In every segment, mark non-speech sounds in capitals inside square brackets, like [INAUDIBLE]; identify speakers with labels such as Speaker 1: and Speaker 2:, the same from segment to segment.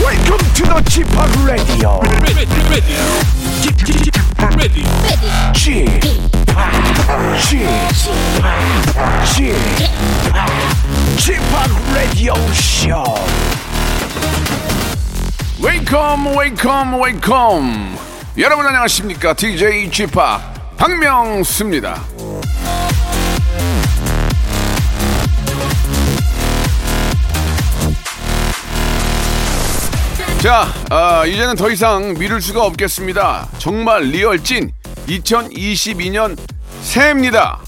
Speaker 1: Welcome to the g p o p Radio.
Speaker 2: ready, ready, ready, ready.
Speaker 1: g p o p g p o p g p o p Radio Show.
Speaker 3: 웨이컴 웨이컴 웨이컴 여러분 안녕하십니까 DJ g p o p 박명수입니다 자 아, 이제는 더 이상 미룰 수가 없겠습니다 정말 리얼 찐 2022년 새해입니다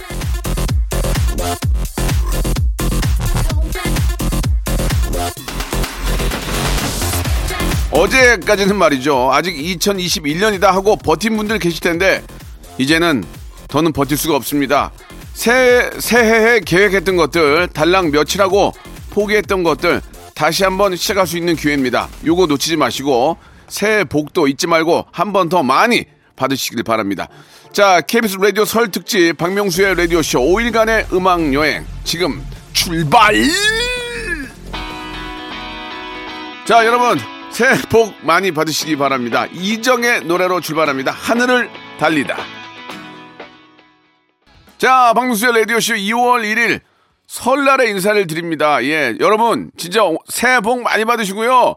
Speaker 3: 어제까지는 말이죠. 아직 2021년이다 하고 버틴 분들 계실 텐데 이제는 더는 버틸 수가 없습니다. 새 새해에 계획했던 것들, 달랑 며칠하고 포기했던 것들 다시 한번 시작할 수 있는 기회입니다. 요거 놓치지 마시고 새해 복도 잊지 말고 한 번 더 많이 받으시길 바랍니다. 자, KBS 라디오 설 특집 박명수의 라디오 쇼 5일간의 음악 여행 지금 출발! 자 여러분 새해 복 많이 받으시기 바랍니다 이정의 노래로 출발합니다 하늘을 달리다 자 박명수의 라디오쇼 2월 1일 설날에 인사를 드립니다 예 여러분 진짜 새해 복 많이 받으시고요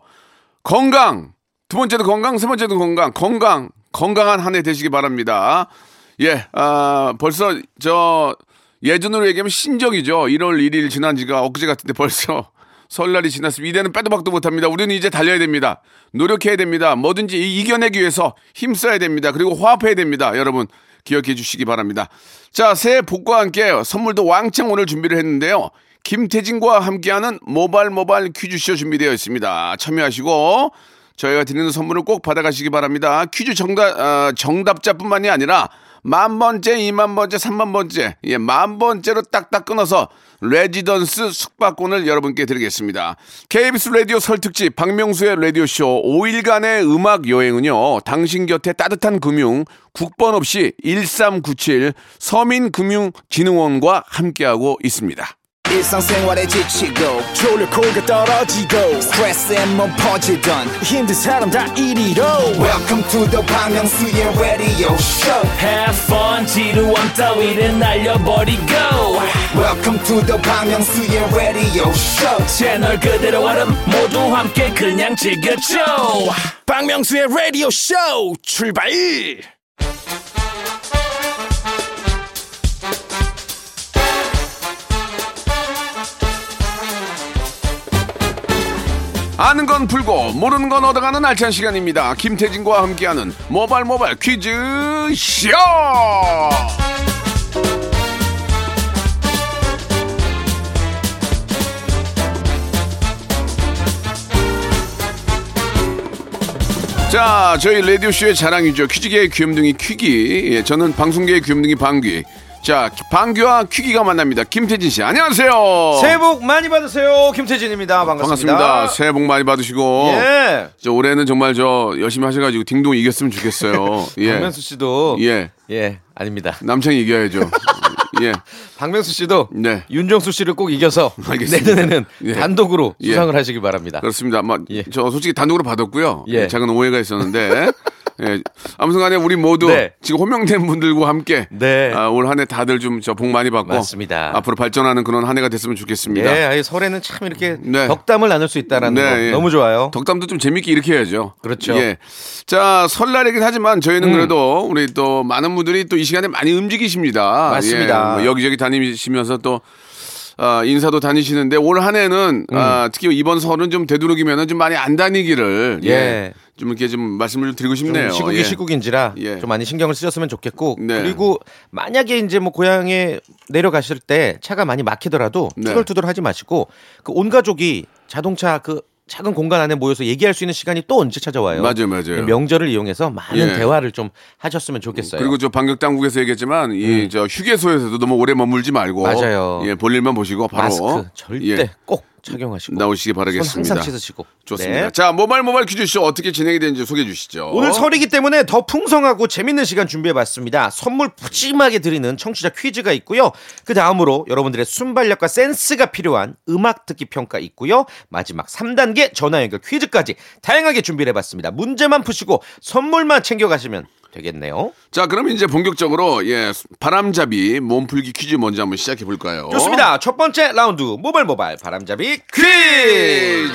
Speaker 3: 건강 두 번째도 건강 세 번째도 건강 건강 건강한 한 해 되시기 바랍니다 예 아, 벌써 저 예전으로 얘기하면 신적이죠 1월 1일 지난 지가 엊그제 같은데 벌써 [LAUGHS] 설날이 지났으면 이대는 빼도 박도 못합니다. 우리는 이제 달려야 됩니다. 노력해야 됩니다. 뭐든지 이- 이겨내기 위해서 힘써야 됩니다. 그리고 화합해야 됩니다. 여러분 기억해 주시기 바랍니다. 자 새해 복과 함께 선물도 왕창 오늘 준비를 했는데요. 김태진과 함께하는 모발 모발 퀴즈쇼 준비되어 있습니다. 참여하시고 저희가 드리는 선물을 꼭 받아가시기 바랍니다. 퀴즈 정답, 어, 정답자뿐만이 아니라 만 번째, 이만 번째, 삼만 번째, 예, 만 번째로 딱딱 끊어서 레지던스 숙박권을 여러분께 드리겠습니다. KBS 라디오 설특집 박명수의 라디오쇼 5일간의 음악 여행은요, 당신 곁에 따뜻한 금융, 국번 없이 1397 서민금융진흥원과 함께하고 있습니다.
Speaker 4: 일상생활에 지치고, 졸려 코가 떨어지고, 스트레스에 몸 퍼지던, 힘든 사람 다 이리로. welcome to the Bang Myung-soo's radio show
Speaker 5: Have fun 지루함 따위를 날려버리고
Speaker 4: welcome to the Bang Myung-soo's radio show
Speaker 5: 채널 그대로 와름 모두 함께 그냥 즐겨줘
Speaker 1: 박명수의 라디오 쇼 출발.
Speaker 3: 아는 건 풀고 모르는 건 얻어가는 알찬 시간입니다. 김태진과 함께하는 모발 모발 퀴즈 쇼. 자, 저희 라디오 쇼의 자랑이죠. 퀴즈계의 귀염둥이 퀴기. 예, 저는 방송계의 귀염둥이 방귀. 자, 방귀와 퀴기가 만납니다. 김태진 씨, 안녕하세요.
Speaker 6: 새해 복 많이 받으세요. 김태진입니다. 반갑습니다.
Speaker 3: 어. 반갑습니다. 새해 복 많이 받으시고.
Speaker 6: 예.
Speaker 3: 저 올해는 정말 저 열심히 하셔가지고 딩동 이겼으면 좋겠어요.
Speaker 6: [LAUGHS]
Speaker 3: 예.
Speaker 6: 박명수 씨도 예.
Speaker 3: 예.
Speaker 6: 아닙니다.
Speaker 3: 남창이
Speaker 6: [LAUGHS]
Speaker 3: 이겨야죠. 예.
Speaker 6: 박명수 씨도
Speaker 3: 네.
Speaker 6: 윤정수 씨를 꼭 이겨서
Speaker 3: 알겠습니다.
Speaker 6: 내년에는
Speaker 3: 예.
Speaker 6: 단독으로
Speaker 3: 예.
Speaker 6: 수상을 하시기 바랍니다.
Speaker 3: 그렇습니다. 막,
Speaker 6: 예.
Speaker 3: 저 솔직히 단독으로 받았고요.
Speaker 6: 예.
Speaker 3: 예, 작은 오해가 있었는데. 예. 아무튼 간에 우리 모두
Speaker 6: 네.
Speaker 3: 지금 호명된 분들과 함께
Speaker 6: 네.
Speaker 3: 아, 올 한 해 다들 좀 저 복 많이 받고
Speaker 6: 맞습니다.
Speaker 3: 앞으로 발전하는 그런 한 해가 됐으면
Speaker 6: 예,
Speaker 3: 좋겠습니다.
Speaker 6: 아예 설에는 참 이렇게
Speaker 3: 네.
Speaker 6: 덕담을 나눌 수 있다라는 거
Speaker 3: 예.
Speaker 6: 너무 좋아요.
Speaker 3: 덕담도 좀 재밌게 이렇게 해야죠.
Speaker 6: 그렇죠. 음.
Speaker 3: 예. 자, 설날이긴 하지만 저희는 그래도 우리 또 많은 분들이 또 이 시간에 많이 움직이십니다.
Speaker 6: 맞습니다.
Speaker 3: 뭐 여기저기 다니시면서 또 아, 인사도 다니시는데 올 한 해는
Speaker 6: 음.
Speaker 3: 아, 특히 이번 설은 좀 되도록이면 좀 많이 안 다니기를 예.
Speaker 6: 예.
Speaker 3: 좀 이렇게 좀 말씀을 좀 드리고 싶네요.
Speaker 6: 좀 시국이
Speaker 3: 예.
Speaker 6: 시국인지라
Speaker 3: 예.
Speaker 6: 좀 많이 신경을 쓰셨으면 좋겠고
Speaker 3: 네.
Speaker 6: 그리고 만약에 이제 뭐 고향에 내려가실 때 차가 많이 막히더라도
Speaker 3: 네.
Speaker 6: 투덜투덜하지 마시고 그 온 가족이 자동차 그 작은 공간 안에 모여서 얘기할 수 있는 시간이 또 언제 찾아와요?
Speaker 3: 맞아요, 맞아요.
Speaker 6: 명절을 이용해서 많은
Speaker 3: 예.
Speaker 6: 대화를 좀 하셨으면 좋겠어요. 음.
Speaker 3: 그리고 저 방역 당국에서 얘기했지만 이 저 휴게소에서도 너무 오래 머물지 말고
Speaker 6: 맞아요.
Speaker 3: 예, 볼일만 보시고 바로
Speaker 6: 마스크 절대
Speaker 3: 예.
Speaker 6: 꼭 착용하시고
Speaker 3: 나오시기
Speaker 6: 손
Speaker 3: 바라겠습니다.
Speaker 6: 항상 씻으시고
Speaker 3: 좋습니다.
Speaker 6: 네.
Speaker 3: 자, 모발 모발 퀴즈쇼 어떻게 진행이 되는지 소개해 주시죠.
Speaker 6: 오늘 설이기 때문에 더 풍성하고 재밌는 시간 준비해봤습니다. 선물 푸짐하게 드리는 청취자 퀴즈가 있고요. 그 다음으로 여러분들의 순발력과 센스가 필요한 음악 듣기 평가 있고요. 마지막 3단계 전화 연결 퀴즈까지 다양하게 준비해봤습니다. 문제만 푸시고 선물만 챙겨가시면 되겠네요.
Speaker 3: 자, 그럼 이제 본격적으로 예, 바람잡이 몸풀기 퀴즈 먼저 한번 시작해 볼까요?
Speaker 6: 좋습니다. 첫 번째 라운드 모발 모발 바람잡이
Speaker 3: 퀴즈.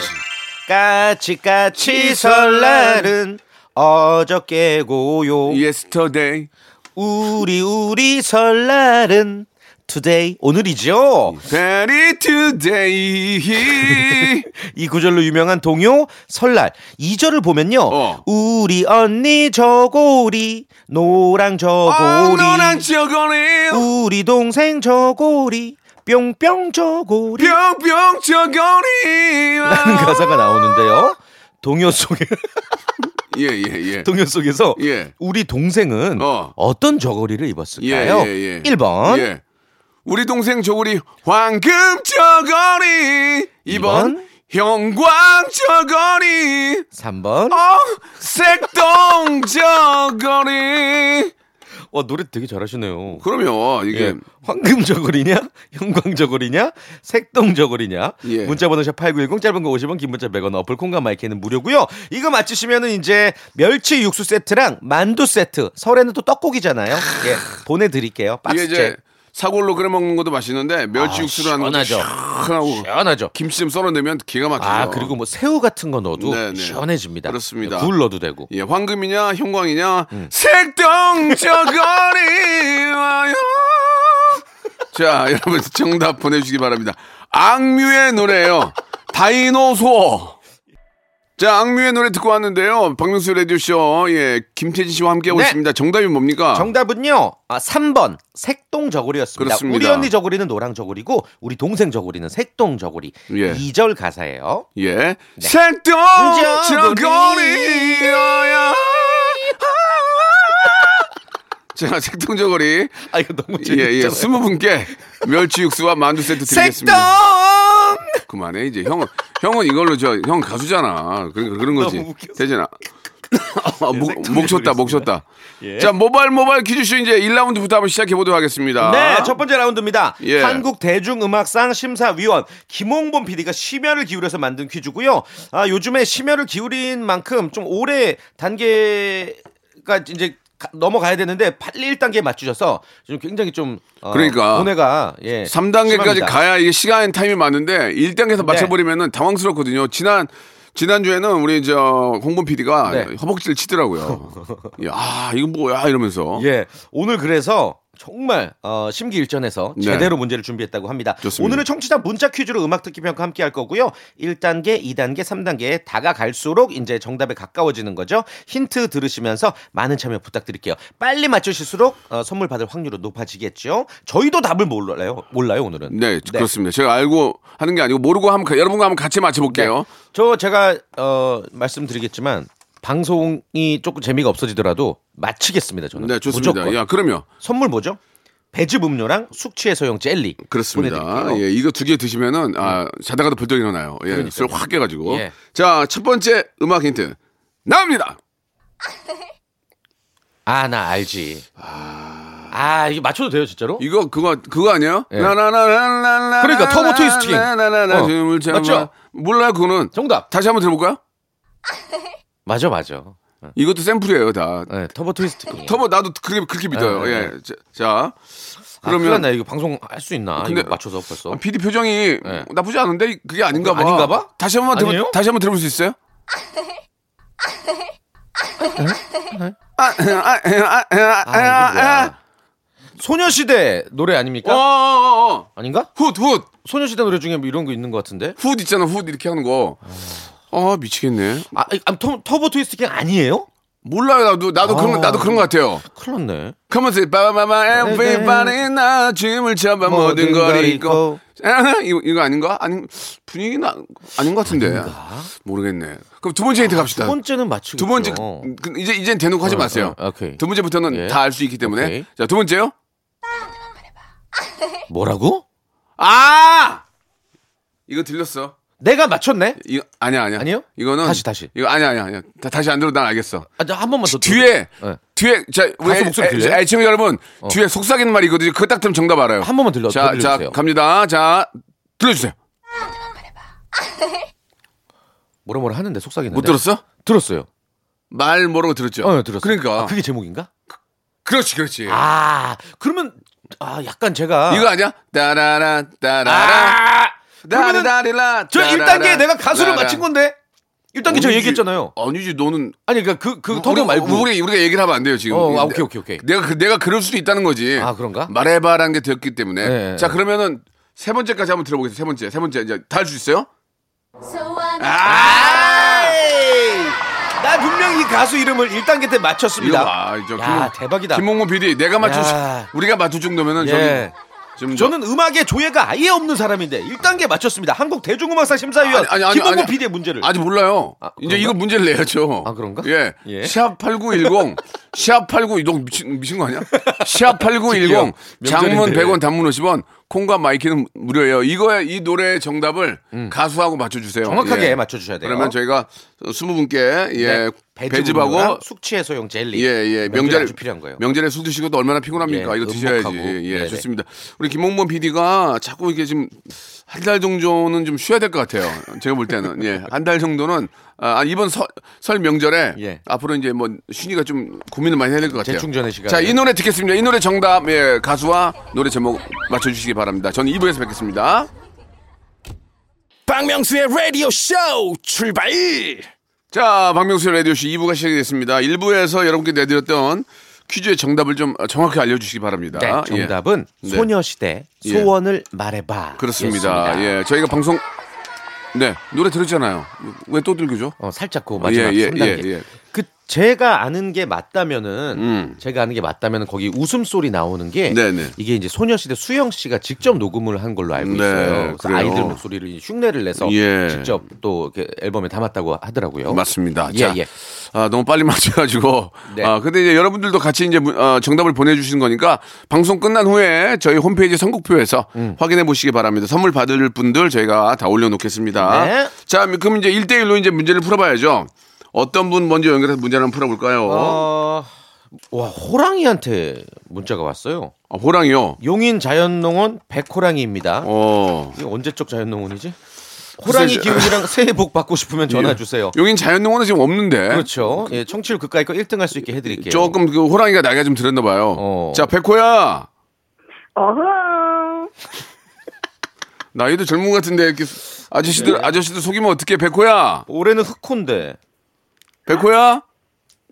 Speaker 6: 까치까치 설날은 어저께 고요.
Speaker 3: 예. Yesterday.
Speaker 6: 우리 우리 설날은 투데이 오늘이죠.
Speaker 3: Very
Speaker 6: [LAUGHS]
Speaker 3: today.
Speaker 6: 이 구절로 유명한 동요 설날 2절을 보면요.
Speaker 3: 어.
Speaker 6: 우리 언니 저고리 노랑 저고리
Speaker 3: 아, 어, 노란 저고리.
Speaker 6: 우리 동생 저고리 뿅뿅 저고리
Speaker 3: 뿅뿅 저고리.
Speaker 6: 라는 가사가 나오는데요. 동요 속에 [LAUGHS]
Speaker 3: 예, 예, 예.
Speaker 6: 동요 속에서
Speaker 3: 예.
Speaker 6: 우리 동생은
Speaker 3: 어.
Speaker 6: 어. 떤 저고리를 입었을까요?
Speaker 3: 예, 예, 예.
Speaker 6: 1번
Speaker 3: 예. 우리 동생 저고리 황금 저고리. 2번
Speaker 6: 이번.
Speaker 3: 형광 저고리.
Speaker 6: 3번
Speaker 3: 어, 색동 저고리.
Speaker 6: 와 노래 되게 잘하시네요.
Speaker 3: 그러면 이게
Speaker 6: 예. 황금 저고리냐? [LAUGHS] 형광 저고리냐? 색동 저고리냐?
Speaker 3: 예.
Speaker 6: 문자 번호 샵8910 짧은 거 50원 긴 문자 100원 어플 콩과 마이크는 무료고요. 이거 맞히시면은 이제 멸치 육수 세트랑 만두 세트. 설에는 또 떡국이잖아요. 예. 보내 드릴게요.
Speaker 3: 이게
Speaker 6: 박스째.
Speaker 3: 이제 사골로 끓여 먹는 것도 맛있는데 멸치
Speaker 6: 아,
Speaker 3: 육수로 하는 것도
Speaker 6: 시원하죠.
Speaker 3: 시원하고
Speaker 6: 시원하죠.
Speaker 3: 김치 좀 썰어내면 기가 막히죠.
Speaker 6: 아, 그리고 뭐 새우 같은 거 넣어도
Speaker 3: 네, 네.
Speaker 6: 시원해집니다.
Speaker 3: 그렇습니다.
Speaker 6: 굴 넣어도 되고.
Speaker 3: 예, 황금이냐 형광이냐 색동 저거리 와요. 자, [LAUGHS] 여러분 정답 보내주시기 바랍니다. 악뮤의 노래예요. 다이노소어. 자, 악뮤의 노래 듣고 왔는데요. 박명수 라디오쇼, 예, 김태진 씨와 함께하고
Speaker 6: 네.
Speaker 3: 있습니다. 정답이 뭡니까?
Speaker 6: 정답은요. 아, 3번 색동 저고리였습니다.
Speaker 3: 그렇습니다.
Speaker 6: 우리 언니 저고리는 노랑 저고리고 우리 동생 저고리는 색동 저고리.
Speaker 3: 예.
Speaker 6: 2절 가사예요.
Speaker 3: 예. 색동 저거리야. [LAUGHS] 자, 색동 저거리.
Speaker 6: 아 이거 너무
Speaker 3: 예,
Speaker 6: 재밌잖아요.
Speaker 3: 예. 스무 분께 멸치 육수와 만두 세트 드리겠습니다.
Speaker 6: 색동
Speaker 3: 그만해 이제 형은 형은 이걸로 저 형 가수잖아. 그러니까 그런 그런 거지.
Speaker 6: 너무 웃겨서.
Speaker 3: 되잖아. 아, 목,
Speaker 6: 색동
Speaker 3: 목 쳤다, 목 쳤다.
Speaker 6: 예.
Speaker 3: 자, 모발 모발 퀴즈쇼 이제 1라운드부터 한번 시작해 보도록 하겠습니다.
Speaker 6: 네, 첫 번째 라운드입니다.
Speaker 3: 예.
Speaker 6: 한국 대중음악상 심사위원 김홍범 PD가 심혈을 기울여서 만든 퀴즈고요. 아, 요즘에 심혈을 기울인 만큼 좀 오래 단계가 이제 가- 넘어가야 되는데 81단계에 맞추셔서 지금 굉장히 좀 어,
Speaker 3: 그러니까
Speaker 6: 고뇌가 예,
Speaker 3: 3단계까지
Speaker 6: 심합니다. 네.
Speaker 3: 가야 이게 시간 타임이 많은데 1단계에서 맞춰버리면은 당황스럽거든요. 지난 지난주에는 우리 저 홍범 PD가
Speaker 6: 네.
Speaker 3: 허벅지를
Speaker 6: [LAUGHS]
Speaker 3: 치더라고요. 야, 이거 뭐야 이러면서.
Speaker 6: 예, 오늘 그래서 정말 어, 심기일전해서
Speaker 3: 네.
Speaker 6: 제대로 문제를 준비했다고 합니다.
Speaker 3: 좋습니다.
Speaker 6: 오늘은 청취자 문자 퀴즈로 음악 듣기 평가 함께 할 거고요. 1단계, 2단계, 3단계에 다가갈수록 이제 정답에 가까워지는 거죠. 힌트 들으시면서 많은 참여 부탁드릴게요. 빨리 맞추실수록 어, 선물 받을 확률은 높아지겠죠. 저희도 답을 몰라요. 몰라요 오늘은.
Speaker 3: 네, 그렇습니다. 제가 알고 하는 게 아니고 모르고 하면 가- 여러분과 한번 같이 맞춰볼게요.
Speaker 6: 저 제가 어, 말씀드리겠지만 방송이 조금 재미가 없어지더라도 마치겠습니다. 저는
Speaker 3: 네, 좋습니다.
Speaker 6: 무조건.
Speaker 3: 야, 그럼요.
Speaker 6: 선물 뭐죠? 배즙 음료랑 숙취해소용 젤리
Speaker 3: 그렇습니다.
Speaker 6: 보내드릴게요. 음.
Speaker 3: 예, 이거 두 개 드시면은 아, 자다가도 벌떡 일어나요. 예, 술확 깨가지고.
Speaker 6: 예.
Speaker 3: 자, 첫 번째 음악 힌트 나옵니다.
Speaker 6: 아 나 알지. 아 이게 맞춰도 돼요 진짜로?
Speaker 3: 이거 그거 그거 아니에요?
Speaker 6: 예.
Speaker 3: 나나나나나나
Speaker 6: 그러니까 터보 트위스팅.
Speaker 3: 나나나나
Speaker 6: 어.
Speaker 3: 춤을 참아.
Speaker 6: 맞죠?
Speaker 3: 몰라요 그거는.
Speaker 6: 정답.
Speaker 3: 다시 한번 들어볼까요?
Speaker 6: 맞아 맞아.
Speaker 3: 이것도 샘플이에요 다.
Speaker 6: 네, 터보 트위스트. 아,
Speaker 3: 터보 나도 그렇게 그렇게 믿어요.
Speaker 6: 네, 네,
Speaker 3: 예. 자, 자,
Speaker 6: 큰일
Speaker 3: 그러면
Speaker 6: 났네 이거 방송 할 수 있나?
Speaker 3: 근데-
Speaker 6: 이거 맞춰서 벌써.
Speaker 3: 아, PD 표정이
Speaker 6: 네.
Speaker 3: 나쁘지 않은데 그게 아닌가 봐.
Speaker 6: 아닌가 봐?
Speaker 3: 다시 한번 들어
Speaker 6: 아니에요?
Speaker 3: 다시 한번 들어볼 수 있어요? 아, 아, 아, 아,
Speaker 6: 아, 이게
Speaker 3: 아, 아.
Speaker 6: 뭐야. 소녀시대 노래 아닙니까?
Speaker 3: 어, 어, 어, 어.
Speaker 6: 아닌가?
Speaker 3: 훗, 훗.
Speaker 6: 소녀시대 노래 중에 뭐 이런 거 있는 것 같은데.
Speaker 3: 훗 있잖아. 훗 이렇게 하는 거. 아, 미치겠네.
Speaker 6: 아, 이- 아 터, 터보 트위스팅 아니에요?
Speaker 3: 몰라요. 나도 나도 그런 거-
Speaker 6: 아.
Speaker 3: 나도 그런 거 같아요.
Speaker 6: 큰일 났네.
Speaker 3: Come on, say, 바바바바, everybody, 나 춤을 춰봐, 네, 모든 걸 잊고. 아, [LAUGHS] 이거, 이거 아닌가? 아닌, 분위기 나, 아닌 것 같은데. 모르겠네. 그럼 두 번째 힌트 갑시다.
Speaker 6: 두 번째는 맞추고.
Speaker 3: 두 번째, 그- 이제, 이제 대놓고 하지 마세요.
Speaker 6: 어, 오케이.
Speaker 3: 두 번째부터는
Speaker 6: 예.
Speaker 3: 다 알 수 있기 때문에.
Speaker 6: 오케이.
Speaker 3: 자, 두 번째요?
Speaker 6: 뭐라고?
Speaker 3: 아! 이거 들렸어.
Speaker 6: 내가 맞췄네?
Speaker 3: 이 아니야 아니야.
Speaker 6: 아니에요?
Speaker 3: 이거는
Speaker 6: 다시, 다시.
Speaker 3: 이거 아니야 아니야 아니야. 다, 다시 안 들어 난 알겠어.
Speaker 6: 아, 저한 번만 더.
Speaker 3: 뒤에
Speaker 6: 네.
Speaker 3: 뒤에 자 우리
Speaker 6: 가수 목소리 들려요? 어.
Speaker 3: 애청 여러분 뒤에 속삭이는 말이 있거든요. 그거 딱 들으면 정답 알아요.
Speaker 6: 한 번만 들려-
Speaker 3: 자, 자
Speaker 6: 더 들려주세요.
Speaker 3: 갑니다. 자 들려주세요.
Speaker 6: 뭐라 뭐라 하는데 속삭이는데.
Speaker 3: 못 들었어?
Speaker 6: 들었어요.
Speaker 3: 말 모르고 들었죠.
Speaker 6: 네. 어, 들었어요.
Speaker 3: 그러니까
Speaker 6: 아, 그게 제목인가?
Speaker 3: 그렇지 그렇지.
Speaker 6: 아, 그러면 아, 약간 제가
Speaker 3: 이거 아니야? 따라라 따라라
Speaker 6: 아! 그러면은
Speaker 3: 따라라
Speaker 6: 저 1단계에 내가 가수를 맞힌 건데. 1단계 저 얘기했잖아요.
Speaker 3: 아니지 너는
Speaker 6: 아니 그러니까 그그
Speaker 3: 우리,
Speaker 6: 터널 말고
Speaker 3: 우리 우리가 얘기를 하면 안 돼요 지금.
Speaker 6: 어, 아, 오케이, 오케이, 오케이.
Speaker 3: 내가 그- 내가 그럴 수도 있다는 거지.
Speaker 6: 아, 그런가?
Speaker 3: 말해봐라는 게 되었기 때문에.
Speaker 6: 네,
Speaker 3: 자
Speaker 6: 네.
Speaker 3: 그러면은 세 번째까지 한번 들어보겠습니다. 세 번째, 세 번째 이제 다 할 수 있어요?
Speaker 6: 아!
Speaker 3: 아!
Speaker 6: 나 분명히 이 가수 이름을 1단계 때 맞췄습니다.
Speaker 3: 이거 봐, 저
Speaker 6: 야,
Speaker 3: 김홍-
Speaker 6: 대박이다.
Speaker 3: 김홍문 PD, 내가 맞출 수-
Speaker 6: 야.
Speaker 3: 우리가 맞출 정도면은
Speaker 6: 예.
Speaker 3: 저기 좀
Speaker 6: 저는 음악에 조예가 아예 없는 사람인데 1단계 맞췄습니다. 한국 대중음악상 심사위원 김홍구 PD의 문제를.
Speaker 3: 아직 몰라요.
Speaker 6: 아,
Speaker 3: 이제
Speaker 6: 그런가?
Speaker 3: 이거 문제를 내야죠.
Speaker 6: 아, 그런가?
Speaker 3: 예.
Speaker 6: 예.
Speaker 3: 시합
Speaker 6: [LAUGHS]
Speaker 3: 8910. 시합 8910. 너 미친, 미친 거 아니야? 시합
Speaker 6: [LAUGHS]
Speaker 3: 8910. 장문
Speaker 6: 명절인데.
Speaker 3: 100원, 단문 50원. 콩과 마이키는 무료예요. 이거에 이 노래의 정답을 가수하고 맞춰 주세요.
Speaker 6: 음.
Speaker 3: 예.
Speaker 6: 정확하게 맞춰 주셔야 돼요. 네.
Speaker 3: 그러면 저희가 20분께 예.
Speaker 6: 배즙하고
Speaker 3: 배즙하고
Speaker 6: 숙취 해소용 젤리.
Speaker 3: 예, 예.
Speaker 6: 명절에
Speaker 3: 명절에
Speaker 6: 아주 필요한 거예요.
Speaker 3: 명절에 술 드시고 또 얼마나 피곤합니까?
Speaker 6: 예,
Speaker 3: 이거 드셔야지.
Speaker 6: 음복하고.
Speaker 3: 예,
Speaker 6: 네네.
Speaker 3: 좋습니다. 우리 김홍범 PD가 자꾸 이게 지금 한 달 정도는 좀 쉬어야 될 것 같아요. 제가 볼 때는 예, 한 달 정도는 아, 이번 설, 설 명절에
Speaker 6: 예.
Speaker 3: 앞으로 이제 뭐 쉬니가 좀 고민을 많이 해야 될 것 같아요.
Speaker 6: 재충전의 시간에.
Speaker 3: 자, 이 노래 듣겠습니다. 이 노래 정답 예, 가수와 노래 제목 맞춰 주시기 바랍니다. 저는 2부에서 뵙겠습니다.
Speaker 1: 박명수의 라디오 쇼 출발!
Speaker 3: 자, 박명수의 라디오쇼 2부가 시작이 됐습니다. 1부에서 여러분께 내드렸던 퀴즈의 정답을 좀 정확히 알려주시기 바랍니다.
Speaker 6: 네,
Speaker 3: 예.
Speaker 6: 정답은
Speaker 3: 네.
Speaker 6: 소녀시대
Speaker 3: 예.
Speaker 6: 소원을 말해봐.
Speaker 3: 그렇습니다.
Speaker 6: 였습니다.
Speaker 3: 예, 저희가 방송 네 노래 들었잖아요. 왜 또 들고죠?
Speaker 6: 어, 살짝 그 마지막
Speaker 3: 예, 예,
Speaker 6: 3단계.
Speaker 3: 예, 예.
Speaker 6: 그 제가 아는 게 맞다면은
Speaker 3: 음.
Speaker 6: 제가 아는 게 맞다면은 거기 웃음소리 나오는 게
Speaker 3: 네, 네.
Speaker 6: 이게 이제 소녀시대 수영 씨가 직접 녹음을 한 걸로 알고
Speaker 3: 네,
Speaker 6: 있어요. 그래서
Speaker 3: 그래요.
Speaker 6: 아이들 목소리를 흉내를 내서
Speaker 3: 예.
Speaker 6: 직접 또 이렇게 앨범에 담았다고 하더라고요.
Speaker 3: 맞습니다.
Speaker 6: 예,
Speaker 3: 자,
Speaker 6: 예.
Speaker 3: 아, 너무 빨리 [LAUGHS] 맞춰가지고.
Speaker 6: 네.
Speaker 3: 아, 근데 이제 여러분들도 같이 이제 문- 어, 정답을 보내주시는 거니까 방송 끝난 후에 저희 홈페이지 선곡표에서
Speaker 6: 음.
Speaker 3: 확인해 보시기 바랍니다. 선물 받을 분들 저희가 다 올려놓겠습니다.
Speaker 6: 네.
Speaker 3: 자, 그럼 이제 1대1로 이제 문제를 풀어봐야죠. 어떤 분 먼저 연결해서 문제를 한번 풀어볼까요?
Speaker 6: 어, 와 호랑이한테 문자가 왔어요.
Speaker 3: 아, 호랑이요.
Speaker 6: 용인 자연농원 백호랑이입니다.
Speaker 3: 어.
Speaker 6: 이거 언제적 자연농원이지? 호랑이
Speaker 3: 저- [LAUGHS]
Speaker 6: 기운이랑 새해 복 받고 싶으면
Speaker 3: 예.
Speaker 6: 전화 주세요.
Speaker 3: 용인 자연농원은 지금 없는데.
Speaker 6: 그렇죠. 예, 청취율 그까이 거 1등 할 수 있게 해드릴게요.
Speaker 3: 네? 조금 그 호랑이가 나이가 좀 들었나 봐요.
Speaker 6: 어.
Speaker 3: 자, 백호야.
Speaker 7: 어흥.
Speaker 3: 나이도 젊은 것 같은데 이렇게
Speaker 6: 네.
Speaker 3: 아저씨들 아저씨들 속이면 어떻게 백호야?
Speaker 6: 올해는 흑호인데.
Speaker 3: 백호야?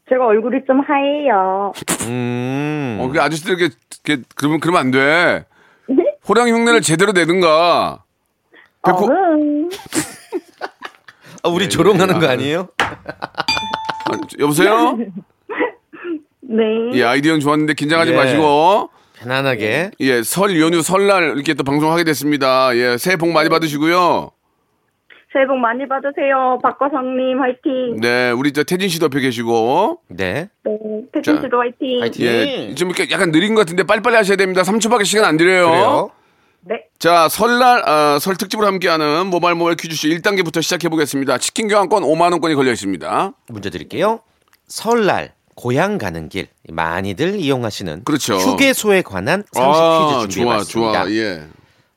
Speaker 7: 제가 얼굴이 좀 하얘요.
Speaker 6: 음.
Speaker 3: 어, 그 아저씨들에게 이렇게 그러면 그러면 안 돼. 호랑이 흉내를 제대로 내든가. 백호
Speaker 7: 어흥.
Speaker 6: 아, 우리 조롱하는
Speaker 3: 예.
Speaker 6: 거 아니에요?
Speaker 3: 아, 여보세요?
Speaker 7: 네.
Speaker 3: 예, 아이디어는 좋았는데 긴장하지
Speaker 6: 예.
Speaker 3: 마시고.
Speaker 6: 편안하게.
Speaker 3: 예, 설 연휴 설날 이렇게 또 방송하게 됐습니다. 예, 새해 복 많이 받으시고요.
Speaker 7: 새해 복 많이 받으세요. 박과성님 화이팅.
Speaker 3: 네, 우리 저 태진 씨도 옆에 계시고.
Speaker 6: 네.
Speaker 7: 네. 태진
Speaker 3: 자,
Speaker 7: 씨도 화이팅.
Speaker 6: 화이팅.
Speaker 3: 예, 좀 이렇게 약간 느린 것 같은데 빨리빨리 하셔야 됩니다. 3초밖에 시간 안 드려요.
Speaker 6: 그래요.
Speaker 7: 네.
Speaker 3: 자, 설날, 아, 설 특집으로 함께하는 모바일 모바일 퀴즈쇼 1단계부터 시작해보겠습니다. 치킨 교환권 5만원권이 걸려 있습니다.
Speaker 6: 문제 드릴게요. 설날 고향 가는 길 많이들 이용하시는
Speaker 3: 그렇죠.
Speaker 6: 휴게소에 관한 상식
Speaker 3: 아,
Speaker 6: 퀴즈
Speaker 3: 좋아,
Speaker 6: 준비해봤습니다.
Speaker 3: 좋아, 예.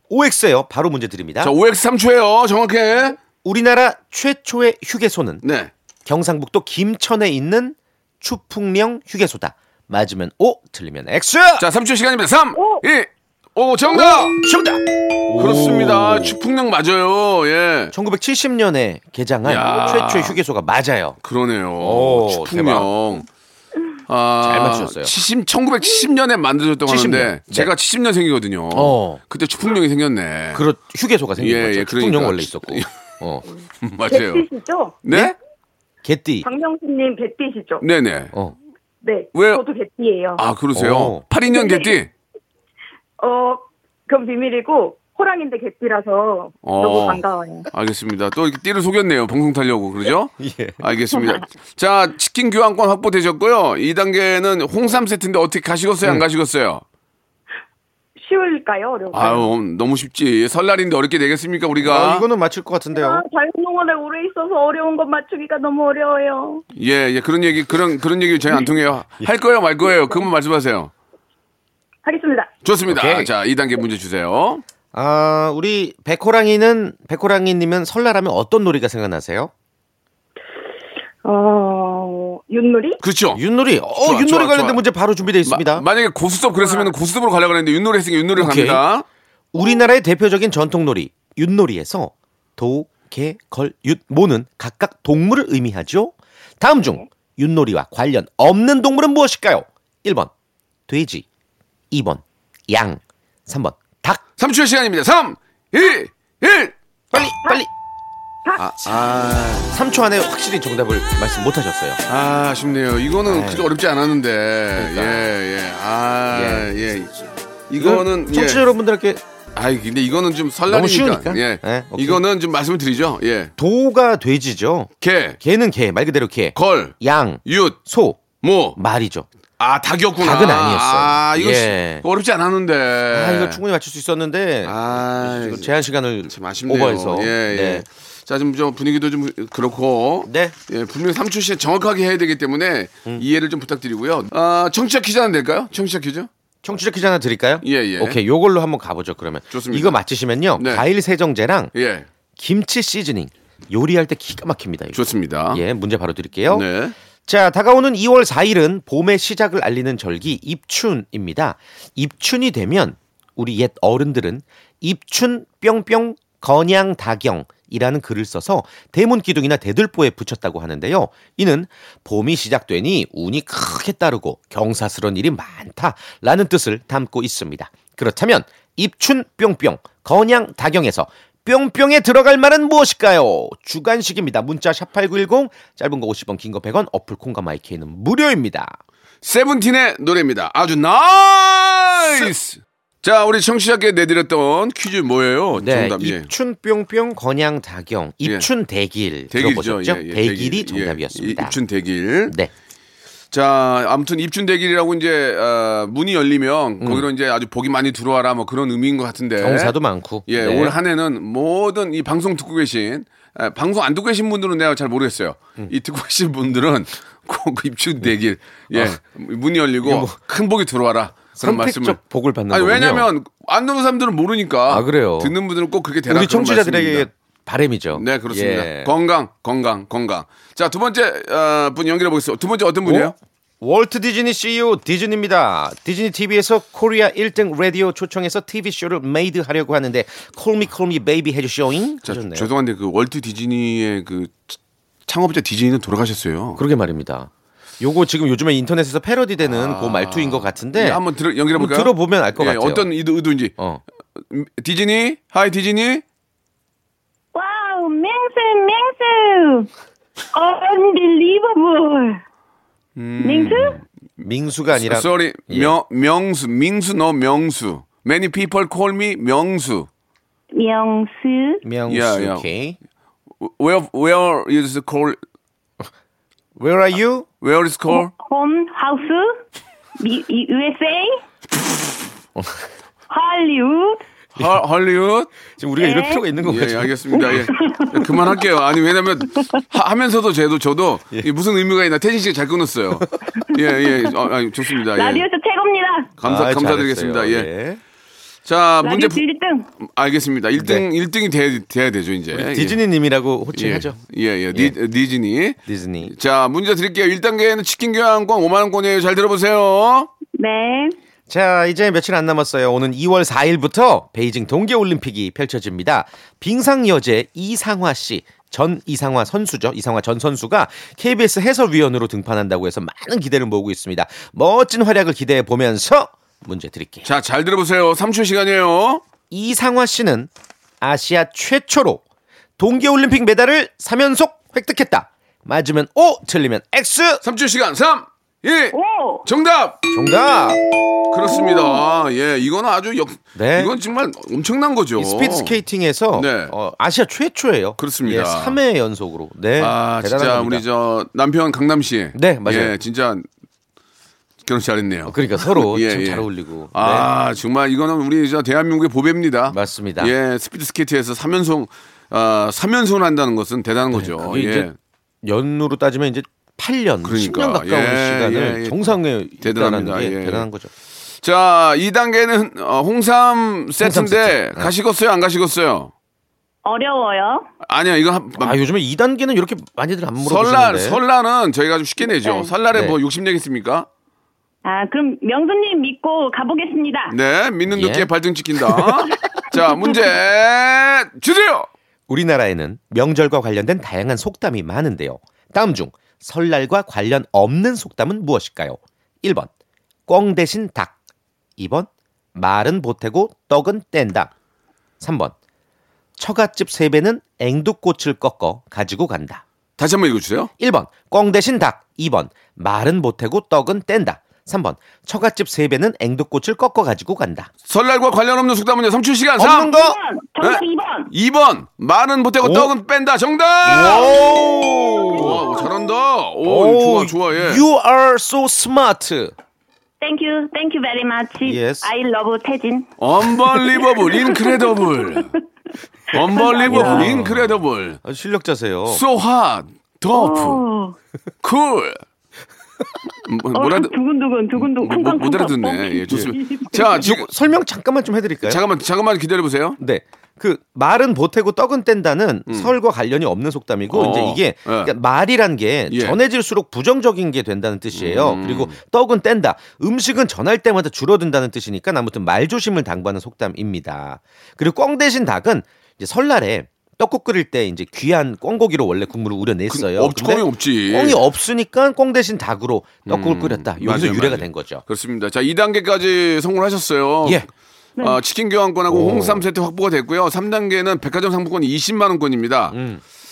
Speaker 6: OX예요. 바로 문제 드립니다.
Speaker 3: 자, OX 3초예요 정확해.
Speaker 6: 우리나라 최초의 휴게소는
Speaker 3: 네.
Speaker 6: 경상북도 김천에 있는 추풍령 휴게소다. 맞으면 O, 틀리면 X.
Speaker 3: 자, 3초 시간입니다. 3, 2, 5, 정답!
Speaker 6: 정답.
Speaker 3: 그렇습니다. 추풍령 맞아요. 예.
Speaker 6: 1970년에 개장한
Speaker 3: 야.
Speaker 6: 최초의 휴게소가 맞아요.
Speaker 3: 그러네요.
Speaker 6: 오,
Speaker 3: 추풍령. 아,
Speaker 6: 잘 맞추셨어요.
Speaker 3: 70, 1970년에 만들어졌다고
Speaker 6: 70년.
Speaker 3: 하는데
Speaker 6: 네.
Speaker 3: 제가 70년생이거든요.
Speaker 6: 어.
Speaker 3: 그때 추풍령이 생겼네.
Speaker 6: 그렇 휴게소가 생긴
Speaker 3: 예,
Speaker 6: 거죠.
Speaker 3: 예,
Speaker 6: 추풍령
Speaker 3: 그러니까.
Speaker 6: 원래 있었고. 어.
Speaker 3: 맞아요.
Speaker 7: 배띠시죠?
Speaker 3: 네?
Speaker 6: 개띠.
Speaker 7: 박명수님 배띠시죠?
Speaker 3: 네, 네.
Speaker 6: 어.
Speaker 7: 네.
Speaker 3: 왜요?
Speaker 7: 저도 배띠예요.
Speaker 3: 아 그러세요?
Speaker 6: 오.
Speaker 3: 82년 개띠.
Speaker 7: 어, 그건 비밀이고 호랑인데 개띠라서
Speaker 3: 어.
Speaker 7: 너무 반가워요.
Speaker 3: 알겠습니다. 또 이렇게 띠를 속였네요. 방송 타려고 그러죠?
Speaker 6: [LAUGHS] 예.
Speaker 3: 알겠습니다. 자 치킨 교환권
Speaker 6: 음.
Speaker 3: 확보되셨고요. 2 단계는 홍삼 세트인데 어떻게 가시겠어요? 안 가시겠어요?
Speaker 7: 쉬울까요? 어려울까요?
Speaker 3: 아유 너무 쉽지 설날인데 어렵게 되겠습니까 우리가
Speaker 6: 아, 이거는 맞출 것 같은데요.
Speaker 7: 아, 자연농원에 오래 있어서 어려운 것 맞추기가 너무 어려워요.
Speaker 3: 예예 그런 얘기 그런 그런 얘기 저희 안 통해요 할 거예요 말 거예요 그만 말씀하세요
Speaker 7: 하겠습니다.
Speaker 3: 좋습니다
Speaker 6: 오케이.
Speaker 3: 자 2단계 문제 주세요
Speaker 6: 아, 우리 백호랑이는 백호랑이님은 설날하면 어떤 놀이가 생각나세요?
Speaker 7: 어, 윷놀이?
Speaker 3: 그렇죠
Speaker 6: 윷놀이. 어,
Speaker 3: 좋아,
Speaker 6: 윷놀이
Speaker 3: 좋아,
Speaker 6: 관련된
Speaker 3: 좋아.
Speaker 6: 문제 바로 준비되어 있습니다.
Speaker 3: 마- 만약에 고수섭 그랬으면 고수섭으로 가려고 했는데 윷놀이 했으니까 윷놀이로
Speaker 6: 오케이.
Speaker 3: 갑니다
Speaker 6: 우리나라의 대표적인 전통놀이 윷놀이에서 도, 개, 걸, 윷, 모는 각각 동물을 의미하죠. 다음 중 윷놀이와 관련 없는 동물은 무엇일까요? 1번 돼지, 2번 양, 3번 닭.
Speaker 3: 3초의 시간입니다 3 2 1
Speaker 6: 빨리 빨리
Speaker 3: 아, 아,
Speaker 6: 3초 안에 확실히 정답을 말씀 못 하셨어요.
Speaker 3: 아, 아쉽네요. 이거는 그저 어렵지 않았는데. 예, 예. 아, 예.
Speaker 6: 그러니까. 예.
Speaker 3: 이거는 예.
Speaker 6: 청취자 여러분들께
Speaker 3: 아이 근데 이거는 좀 설날이니까
Speaker 6: 너무 쉬우니까.
Speaker 3: 예
Speaker 6: 네, 오케이.
Speaker 3: 이거는 좀 말씀을 드리죠 예.
Speaker 6: 도가 돼지죠.
Speaker 3: 예개걸윷
Speaker 6: 개는 개, 말 그대로 개. 양, 소,
Speaker 3: 뭐,
Speaker 6: 말이죠.
Speaker 3: 아, 닭이었구나.
Speaker 6: 닭은 아니었어요.
Speaker 3: 아, 이거
Speaker 6: 예.
Speaker 3: 시- 어렵지 않았는데.
Speaker 6: 아, 이거 충분히 맞출 수 있었는데
Speaker 3: 예. 아,
Speaker 6: 지금 제한 시간을
Speaker 3: 참 아쉽네요.
Speaker 6: 오버해서
Speaker 3: 예, 예.
Speaker 6: 네.
Speaker 3: 자, 지금 좀 분위기도 좀 그렇고.
Speaker 6: 네. 음.
Speaker 3: 예, 분명히 3초 시에 정확하게 해야 되기 때문에 이해를 좀 부탁드리고요. 아, 청취자 퀴즈 하나 될까요? 청취자 퀴즈?
Speaker 6: 청취자 퀴즈 하나 드릴까요?
Speaker 3: 예, 예.
Speaker 6: 오케이, 요걸로 한번 가보죠. 그러면
Speaker 3: 좋습니다.
Speaker 6: 이거 맞히시면요,
Speaker 3: 네.
Speaker 6: 과일 세정제랑
Speaker 3: 예.
Speaker 6: 김치 시즈닝 요리할 때 기가 막힙니다. 이거.
Speaker 3: 좋습니다.
Speaker 6: 예, 문제 바로 드릴게요.
Speaker 3: 네.
Speaker 6: 자, 다가오는 2월 4일은 봄의 시작을 알리는 절기 입춘입니다. 입춘이 되면 우리 옛 어른들은 입춘 뿅뿅 건양 다경이라는 글을 써서 대문 기둥이나 대들보에 붙였다고 하는데요. 이는 봄이 시작되니 운이 크게 따르고 경사스러운 일이 많다라는 뜻을 담고 있습니다. 그렇다면 입춘 뿅뿅 건양 다경에서 뿅뿅에 들어갈 말은 무엇일까요? 주간식입니다. 문자 샵8910 짧은 거 50원 긴 거 100원 어플 콩과 마이케이는 무료입니다.
Speaker 3: 세븐틴의 노래입니다. 아주 나이스! 자, 우리 청취자께 내드렸던 퀴즈 뭐예요?
Speaker 6: 네,
Speaker 3: 정답. 예.
Speaker 6: 입춘 뿅뿅 건양 다경 입춘 대길
Speaker 3: 대길이죠.
Speaker 6: 들어보셨죠?
Speaker 3: 예, 예,
Speaker 6: 대길이
Speaker 3: 대길.
Speaker 6: 정답이었습니다.
Speaker 3: 예, 입춘 대길.
Speaker 6: 네.
Speaker 3: 자, 아무튼 입춘 대길이라고 이제 어, 문이 열리면 거기로 이제 아주 복이 많이 들어와라 뭐 그런 의미인 것 같은데.
Speaker 6: 경사도 음. 많고.
Speaker 3: 예,
Speaker 6: 네.
Speaker 3: 올 한해는 모든 이 방송 듣고 계신 아, 방송 안 듣고 계신 분들은 내가 잘 모르겠어요.
Speaker 6: 음.
Speaker 3: 이 듣고 계신
Speaker 6: [LAUGHS]
Speaker 3: 분들은 꼭그 입춘 대길 예, 문이 열리고 큰 복이 들어와라. 그런
Speaker 6: 아, 뭐 선택적
Speaker 3: 말씀을
Speaker 6: 복을 받는
Speaker 3: 아니
Speaker 6: 거군요.
Speaker 3: 왜냐면 안 듣는 사람들은 모르니까
Speaker 6: 아, 그래요?
Speaker 3: 듣는 분들은 꼭 그렇게 되라
Speaker 6: 우리
Speaker 3: 그런
Speaker 6: 청취자들에게
Speaker 3: 말씀입니다.
Speaker 6: 바램이죠.
Speaker 3: 네 그렇습니다.
Speaker 6: 예.
Speaker 3: 건강 건강 건강. 자 두 번째 어, 분 연결해 보겠습니다. 두 번째 어떤 분이에요?
Speaker 6: 어? 월트 디즈니 CEO 디즈니입니다. 디즈니 TV에서 코리아 1등 라디오 초청해서 TV 쇼를 메이드 하려고 하는데 콜미 콜미 베이비 해주쇼잉
Speaker 3: 자,
Speaker 6: 하셨네요.
Speaker 3: 죄송한데 그 월트 디즈니의 그 차- 창업자 디즈니는 돌아가셨어요.
Speaker 6: 그러게 말입니다. 요거 지금 요즘에 인터넷에서 패러디 되는 그 말투인 것 같은데
Speaker 3: 예, 아, 한번 들어 연결해 볼까요? 예,
Speaker 6: 한번 들어보면 알 것 같아요.
Speaker 3: 어떤 의도, 의도인지.
Speaker 6: 어.
Speaker 3: 음, 디즈니, 하이 디즈니.
Speaker 7: 와우, 맹수, 맹수! Unbelievable! 맹수?
Speaker 6: 민수가 아니라
Speaker 3: sorry,
Speaker 6: 예.
Speaker 3: 명, 명수, 민수 너 명수. Many people call me 명수.
Speaker 7: 명수.
Speaker 6: 명수
Speaker 3: 야, 야.
Speaker 6: 오케이.
Speaker 3: Where where is call?
Speaker 6: Where are you?
Speaker 3: Where is call?
Speaker 6: 어?
Speaker 7: 홈, 하우스? 미, 이- USA? 할리우드?
Speaker 3: 헐- 헐리우드?
Speaker 6: 지금 우리가 이럴
Speaker 7: 네.
Speaker 6: 필요가 있는 건가요?
Speaker 3: 예, 알겠습니다. 예. 그만할게요. 아니, 왜냐면 하, 면서도 쟤도 저도
Speaker 6: 예.
Speaker 3: 이게 무슨 의미가 있나 태진 씨가 잘 끊었어요. 예, 예. 어, 아니, 좋습니다. 예.
Speaker 7: 라디오에서 최고입니다.
Speaker 3: 감사,
Speaker 6: 아,
Speaker 3: 감사드리겠습니다.
Speaker 6: 잘했어요.
Speaker 3: 예. 자, 문제
Speaker 7: 라디오
Speaker 3: 푸-
Speaker 7: 1등.
Speaker 3: 알겠습니다. 1등 일등이 돼야, 돼야 되죠, 이제.
Speaker 6: 예.
Speaker 3: 예.
Speaker 6: 네. 디즈니님이라고
Speaker 3: 예.
Speaker 6: 호칭하죠.
Speaker 3: 예, 예. 니, 디즈니.
Speaker 6: 디즈니.
Speaker 3: 자, 문제 드릴게요. 1단계에는 치킨 교환권 5만 원권이에요. 잘 들어보세요.
Speaker 7: 네.
Speaker 6: 자, 이제 며칠 안 남았어요. 오는 2월 4일부터 베이징 동계올림픽이 펼쳐집니다. 빙상여제 이상화 씨. 전 이상화 선수죠. 이상화 전 선수가 KBS 해설위원으로 등판한다고 해서 많은 기대를 모으고 있습니다. 멋진 활약을 기대해 보면서 문제 드릴게요.
Speaker 3: 자, 잘 들어보세요. 3초 시간이에요.
Speaker 6: 이상화 씨는 아시아 최초로 동계올림픽 메달을 3연속 획득했다. 맞으면 O, 틀리면 X.
Speaker 3: 3초 시간. 3, 2,
Speaker 7: 오!
Speaker 3: 정답!
Speaker 6: 정답!
Speaker 3: 그렇습니다. 예, 이건 아주 역,
Speaker 6: 네.
Speaker 3: 이건 정말 엄청난 거죠.
Speaker 6: 이 스피드 스케이팅에서
Speaker 3: 네.
Speaker 6: 어, 아시아 최초예요.
Speaker 3: 그렇습니다.
Speaker 6: 3회 연속으로. 네.
Speaker 3: 아,
Speaker 6: 대단한
Speaker 3: 진짜
Speaker 6: 겁니다.
Speaker 3: 우리 저 남편 강남 씨.
Speaker 6: 네, 맞아요.
Speaker 3: 예, 진짜 결혼 잘했네요.
Speaker 6: 그러니까
Speaker 3: [LAUGHS]
Speaker 6: 서로
Speaker 3: 예,
Speaker 6: 참
Speaker 3: 예.
Speaker 6: 잘 어울리고. 네.
Speaker 3: 아 정말 이거는 우리 저 대한민국의 보배입니다.
Speaker 6: 맞습니다.
Speaker 3: 예, 스피드 스케이트에서 3연속 아, 3연승을 한다는 것은 대단한 거죠.
Speaker 6: 네, 그게
Speaker 3: 예.
Speaker 6: 이제 연으로 따지면 이제 8년,
Speaker 3: 그러니까.
Speaker 6: 10년 가까운
Speaker 3: 예,
Speaker 6: 시간을
Speaker 3: 예, 예.
Speaker 6: 정상에 있다는
Speaker 3: 대단합니다.
Speaker 6: 게
Speaker 3: 예.
Speaker 6: 대단한 거죠.
Speaker 3: 자, 2단계는 어, 홍삼 세트인데
Speaker 6: 세트. 네.
Speaker 3: 가시겠어요? 안 가시겠어요?
Speaker 7: 어려워요.
Speaker 3: 아니야, 이거 한,
Speaker 6: 아 요즘에 2단계는 이렇게 많이들 안 물어보시는데.
Speaker 3: 설날 설날은 저희가 좀 쉽게 내죠.
Speaker 7: 네.
Speaker 3: 설날에
Speaker 6: 네.
Speaker 3: 뭐 욕심내겠습니까?
Speaker 7: 아, 그럼 명수님 믿고 가보겠습니다.
Speaker 3: 네, 믿는
Speaker 6: 예.
Speaker 3: 도끼에 발등 찍힌다. [LAUGHS] 자, 문제 주세요.
Speaker 6: 우리나라에는 명절과 관련된 다양한 속담이 많은데요. 다음 중 설날과 관련 없는 속담은 무엇일까요? 1번 꿩 대신 닭 2번 말은 보태고 떡은 뗀다 3번 처갓집 세배는 앵두꽃을 꺾어 가지고 간다
Speaker 3: 다시 한번 읽어주세요.
Speaker 6: 1번 꿩 대신 닭 2번 말은 보태고 떡은 뗀다 3번 처갓집 세배는 앵두꽃을 꺾어 가지고 간다
Speaker 3: 설날과 관련 없는 속담은요. 삼촌 시간
Speaker 6: 없는
Speaker 3: 3.
Speaker 6: 거
Speaker 7: 2번, 정답
Speaker 3: 네?
Speaker 7: 2번.
Speaker 3: 2번 말은 보태고
Speaker 6: 오.
Speaker 3: 떡은 뺀다. 정답. 오, 와, 잘한다. 오, 좋아, 좋아. 예.
Speaker 6: You are so smart
Speaker 7: Thank you, thank you very much.
Speaker 6: Yes.
Speaker 7: I love 태진.
Speaker 3: 언벌리버블, 인크레더블. 언벌리버블, 인크레더블.
Speaker 6: 아, 실력자세요.
Speaker 3: So hot, tough,
Speaker 7: 오,
Speaker 3: cool. 뭐, 뭐라
Speaker 7: 두근두근, 두근두근,
Speaker 3: 뭐, 뭐,
Speaker 7: 쿵쾅쿵쾅.
Speaker 3: 못 알아듣네. 예, 좋습니다. 자, 지금
Speaker 6: 설명 잠깐만 좀 해드릴까요?
Speaker 3: 잠깐만 잠깐만 기다려 보세요.
Speaker 6: 네. 그 말은 보태고 떡은 뗀다는 설과 관련이 없는 속담이고
Speaker 3: 음. 어,
Speaker 6: 이제 이게 그러니까 말이란 게
Speaker 3: 예. 음.
Speaker 6: 전해질수록 부정적인 게 된다는 뜻이에요. 그리고 떡은 뗀다. 음식은 전할 때마다 줄어든다는 뜻이니까 아무튼 말 조심을 당부하는 속담입니다. 그리고 꿩 대신 닭은 이제 설날에 떡국 끓일 때 이제 귀한 꿩고기로 원래 국물을 우려냈어요.
Speaker 3: 없-
Speaker 6: 근데
Speaker 3: 꿩이 없지. 음.
Speaker 6: 꿩이 없으니까 꿩 대신 닭으로 떡국을 끓였다. 여기서
Speaker 3: 맞아요,
Speaker 6: 유래가
Speaker 3: 맞아요.
Speaker 6: 된 거죠.
Speaker 3: 그렇습니다. 자, 2단계까지 성공하셨어요.
Speaker 6: 예.
Speaker 3: 어, 치킨 교환권하고 홍삼 세트 확보가 됐고요. 3단계는 백화점 상품권이 20만 원권입니다.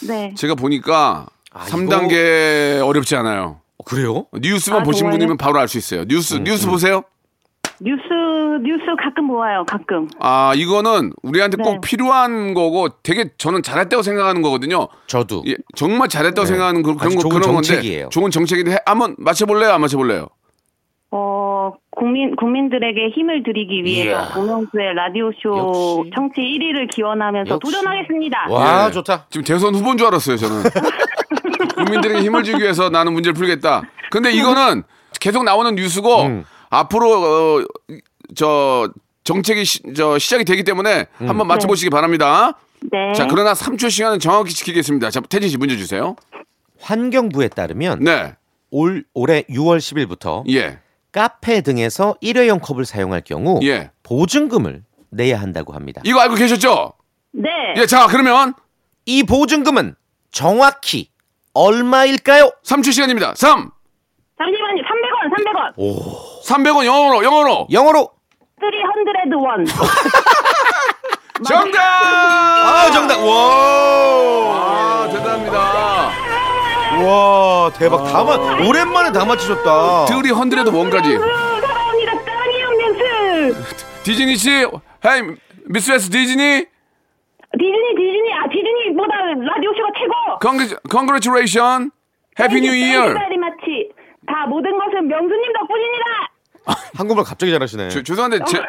Speaker 7: 네.
Speaker 3: 제가 보니까
Speaker 6: 음. 아,
Speaker 3: 3단계 어렵지 않아요.
Speaker 6: 어, 그래요?
Speaker 3: 뉴스만
Speaker 7: 아,
Speaker 3: 보신
Speaker 7: 정말요?
Speaker 3: 분이면 바로 알 수 있어요. 뉴스
Speaker 6: 음,
Speaker 3: 뉴스 보세요.
Speaker 7: 뉴스, 뉴스 가끔 모아요, 가끔.
Speaker 3: 아, 이거는 우리한테
Speaker 7: 네.
Speaker 3: 꼭 필요한 거고 되게 저는 잘했다고 생각하는 거거든요.
Speaker 6: 저도.
Speaker 3: 예, 정말 잘했다고 생각하는 그- 그런
Speaker 6: 네. 아주
Speaker 3: 거
Speaker 6: 좋은
Speaker 3: 그런 건데
Speaker 6: 정책이에요.
Speaker 3: 좋은 정책인데 해- 한번 맞춰 볼래요? 안 맞춰 볼래요?
Speaker 7: 어, 국민, 국민들에게 힘을 드리기 위해서 공영수의 라디오쇼
Speaker 6: 역시.
Speaker 7: 청취 1위를 기원하면서
Speaker 6: 역시.
Speaker 7: 도전하겠습니다.
Speaker 6: 와
Speaker 3: 예.
Speaker 6: 좋다.
Speaker 3: 지금 대선 후보인 줄 알았어요,
Speaker 7: [LAUGHS]
Speaker 3: 저는. 국민들에게 힘을 주기 위해서 나는 문제를 풀겠다. 근데 이거는 계속 나오는 뉴스고
Speaker 6: 음.
Speaker 3: 앞으로 어, 저 정책이 시, 저 시작이 되기 때문에
Speaker 6: 음.
Speaker 3: 한번 맞춰 보시기 바랍니다.
Speaker 7: 네.
Speaker 3: 자, 그러나 3초 시간은 정확히 지키겠습니다. 자, 태진 씨 문제 주세요.
Speaker 6: 환경부에 따르면
Speaker 3: 네.
Speaker 6: 올 올해 6월 10일부터
Speaker 3: 예.
Speaker 6: 카페 등에서 일회용 컵을 사용할 경우
Speaker 3: 예.
Speaker 6: 보증금을 내야 한다고 합니다.
Speaker 3: 이거 알고 계셨죠?
Speaker 7: 네.
Speaker 3: 예, 자, 그러면
Speaker 6: 이 보증금은 정확히 얼마일까요?
Speaker 3: 3초 시간입니다. 3
Speaker 7: 잠시만요. 300원, 300원.
Speaker 3: 300원 영어로 영어로
Speaker 6: 영어로
Speaker 7: 300원.
Speaker 3: 정답!
Speaker 6: 아 정답. 와.
Speaker 3: 아, 대단합니다.
Speaker 6: 와 대박. 다 맞. 오랜만에 다 맞히셨다.
Speaker 3: 들이 헌드레도 원까지.
Speaker 7: 사랑합니다. 사랑해요, 민스.
Speaker 3: 디즈니 씨, 헤이 미스웨스 디즈니,
Speaker 7: 디즈니, 디즈니. 아, 디즈니보다 라디오쇼가 최고. 네,
Speaker 3: 컨그 컨그레츄레이션, 해피 뉴 이어.
Speaker 7: 마치. 다 모든 것은 명수님 덕분입니다.
Speaker 6: 한국말 갑자기 잘하시네.
Speaker 3: 죄송한데 제,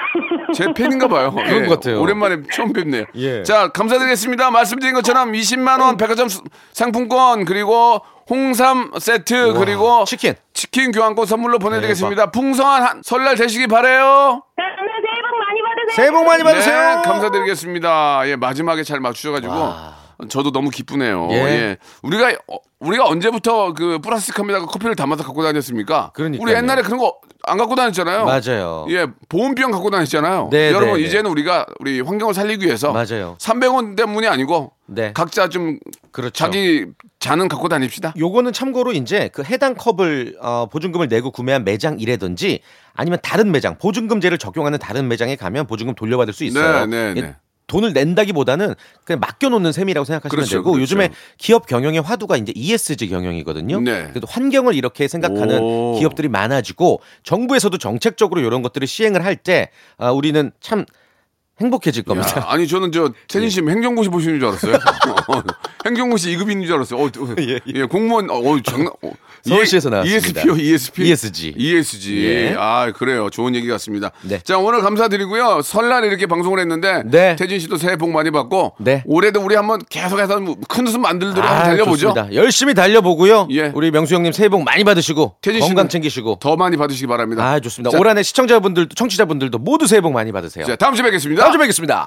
Speaker 3: 제 팬인가 봐요. 예,
Speaker 6: 그런 것 같아요.
Speaker 3: 오랜만에 처음 뵙네요.
Speaker 6: 예.
Speaker 3: 자, 감사드리겠습니다. 말씀드린 것처럼 20만 원 백화점 수- 상품권 그리고 홍삼 세트 그리고
Speaker 6: 치킨.
Speaker 3: 치킨 교환권 선물로 보내드리겠습니다. 풍성한 한- 설날 되시기 바래요.
Speaker 7: 자, 오늘 새해 복 많이 받으세요.
Speaker 6: 새해 복 많이 받으세요.
Speaker 3: 네, 감사드리겠습니다. 예, 마지막에 잘 맞추셔가지고. 저도 너무 기쁘네요.
Speaker 6: 예.
Speaker 3: 예. 우리가 어, 우리가 언제부터 그 플라스틱 컵에다가 커피를 담아서 갖고 다녔습니까?
Speaker 6: 그러니까요.
Speaker 3: 우리 옛날에 그런 거 안 갖고 다녔잖아요.
Speaker 6: 맞아요.
Speaker 3: 예, 보온병 갖고 다녔잖아요.
Speaker 6: 네,
Speaker 3: 여러분
Speaker 6: 네, 네.
Speaker 3: 이제는 우리가 우리 환경을 살리기 위해서
Speaker 6: 맞아요.
Speaker 3: 300원 때문이 아니고
Speaker 6: 네.
Speaker 3: 각자 좀
Speaker 6: 그렇죠.
Speaker 3: 자기 잔은 갖고 다닙시다.
Speaker 6: 요거는 참고로 이제 그 해당 컵을 어, 보증금을 내고 구매한 매장이라든지 아니면 다른 매장 보증금제를 적용하는 다른 매장에 가면 보증금 돌려받을 수 있어요.
Speaker 3: 네, 네,
Speaker 6: 예,
Speaker 3: 네.
Speaker 6: 돈을 낸다기보다는 그냥 맡겨놓는 셈이라고 생각하시면
Speaker 3: 그렇죠,
Speaker 6: 되고
Speaker 3: 그렇죠.
Speaker 6: 요즘에 기업 경영의 화두가 이제 ESG 경영이거든요.
Speaker 3: 네.
Speaker 6: 그래도 환경을 이렇게 생각하는
Speaker 3: 오.
Speaker 6: 기업들이 많아지고 정부에서도 정책적으로 이런 것들을 시행을 할 때 아, 우리는 참 행복해질 겁니다. 예. [LAUGHS]
Speaker 3: 야, 아니 저는 저 태진 씨 행정고시 보시는 줄 알았어요. 행정고 씨 2급인 줄 알았어요. 어, 어, 예, 공무원, 어, 어, 장난. 어, 예,
Speaker 6: 서울시에서 나왔습니다.
Speaker 3: ESP요, ESP.
Speaker 6: ESG.
Speaker 3: ESG.
Speaker 6: 예.
Speaker 3: E 아, 그래요. 좋은 얘기 같습니다.
Speaker 6: 네.
Speaker 3: 자, 오늘 감사드리고요. 설날 이렇게 방송을 했는데.
Speaker 6: 네.
Speaker 3: 태진 씨도 새해 복 많이 받고.
Speaker 6: 네. 아,
Speaker 3: 올해도 우리 한번 계속해서 큰 웃음 만들도록
Speaker 6: [LAUGHS]
Speaker 3: 한번 달려보죠.
Speaker 6: 좋습니다. 열심히 달려보고요.
Speaker 3: 예.
Speaker 6: 우리 명수 형님 새해 복 많이 받으시고
Speaker 3: 태진 씨는
Speaker 6: 건강 챙기시고.
Speaker 3: 더 많이 받으시기 바랍니다.
Speaker 6: 아 좋습니다.
Speaker 3: 자,
Speaker 6: 올 한해 시청자분들도 청취자분들도 모두 새해 복 많이 받으세요.
Speaker 3: 자, 다음 주에 뵙겠습니다.
Speaker 6: 다음 주에 뵙겠습니다.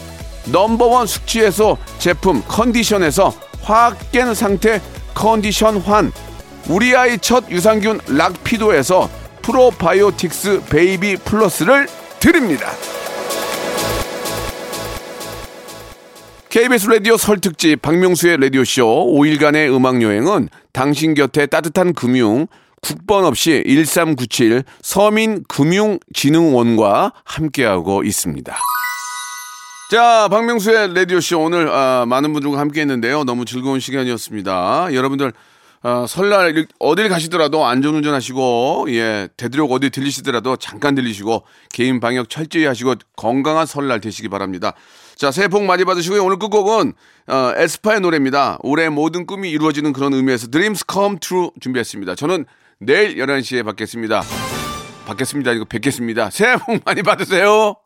Speaker 3: 넘버원 숙취해소 제품 컨디션에서 화학 깬 상태 컨디션 환 우리 아이 첫 유산균 락피도에서 프로바이오틱스 베이비 플러스를 드립니다. KBS 라디오 설 특집 박명수의 라디오쇼 5일간의 음악여행은 당신 곁에 따뜻한 금융 국번 없이 1397 서민금융진흥원과 함께하고 있습니다. 자, 박명수의 라디오쇼 오늘 아, 많은 분들과 함께 했는데요. 너무 즐거운 시간이었습니다. 여러분들 아, 설날 일- 어딜 가시더라도 안전운전 하시고 예, 되도록 어디 들리시더라도 잠깐 들리시고 개인 방역 철저히 하시고 건강한 설날 되시기 바랍니다. 자, 새해 복 많이 받으시고요. 오늘 끝곡은 어, 에스파의 노래입니다. 올해 모든 꿈이 이루어지는 그런 의미에서 Dreams Come True 준비했습니다. 저는 내일 11시에 뵙겠습니다. 받겠습니다. 이거 뵙겠습니다. 새해 복 많이 받으세요.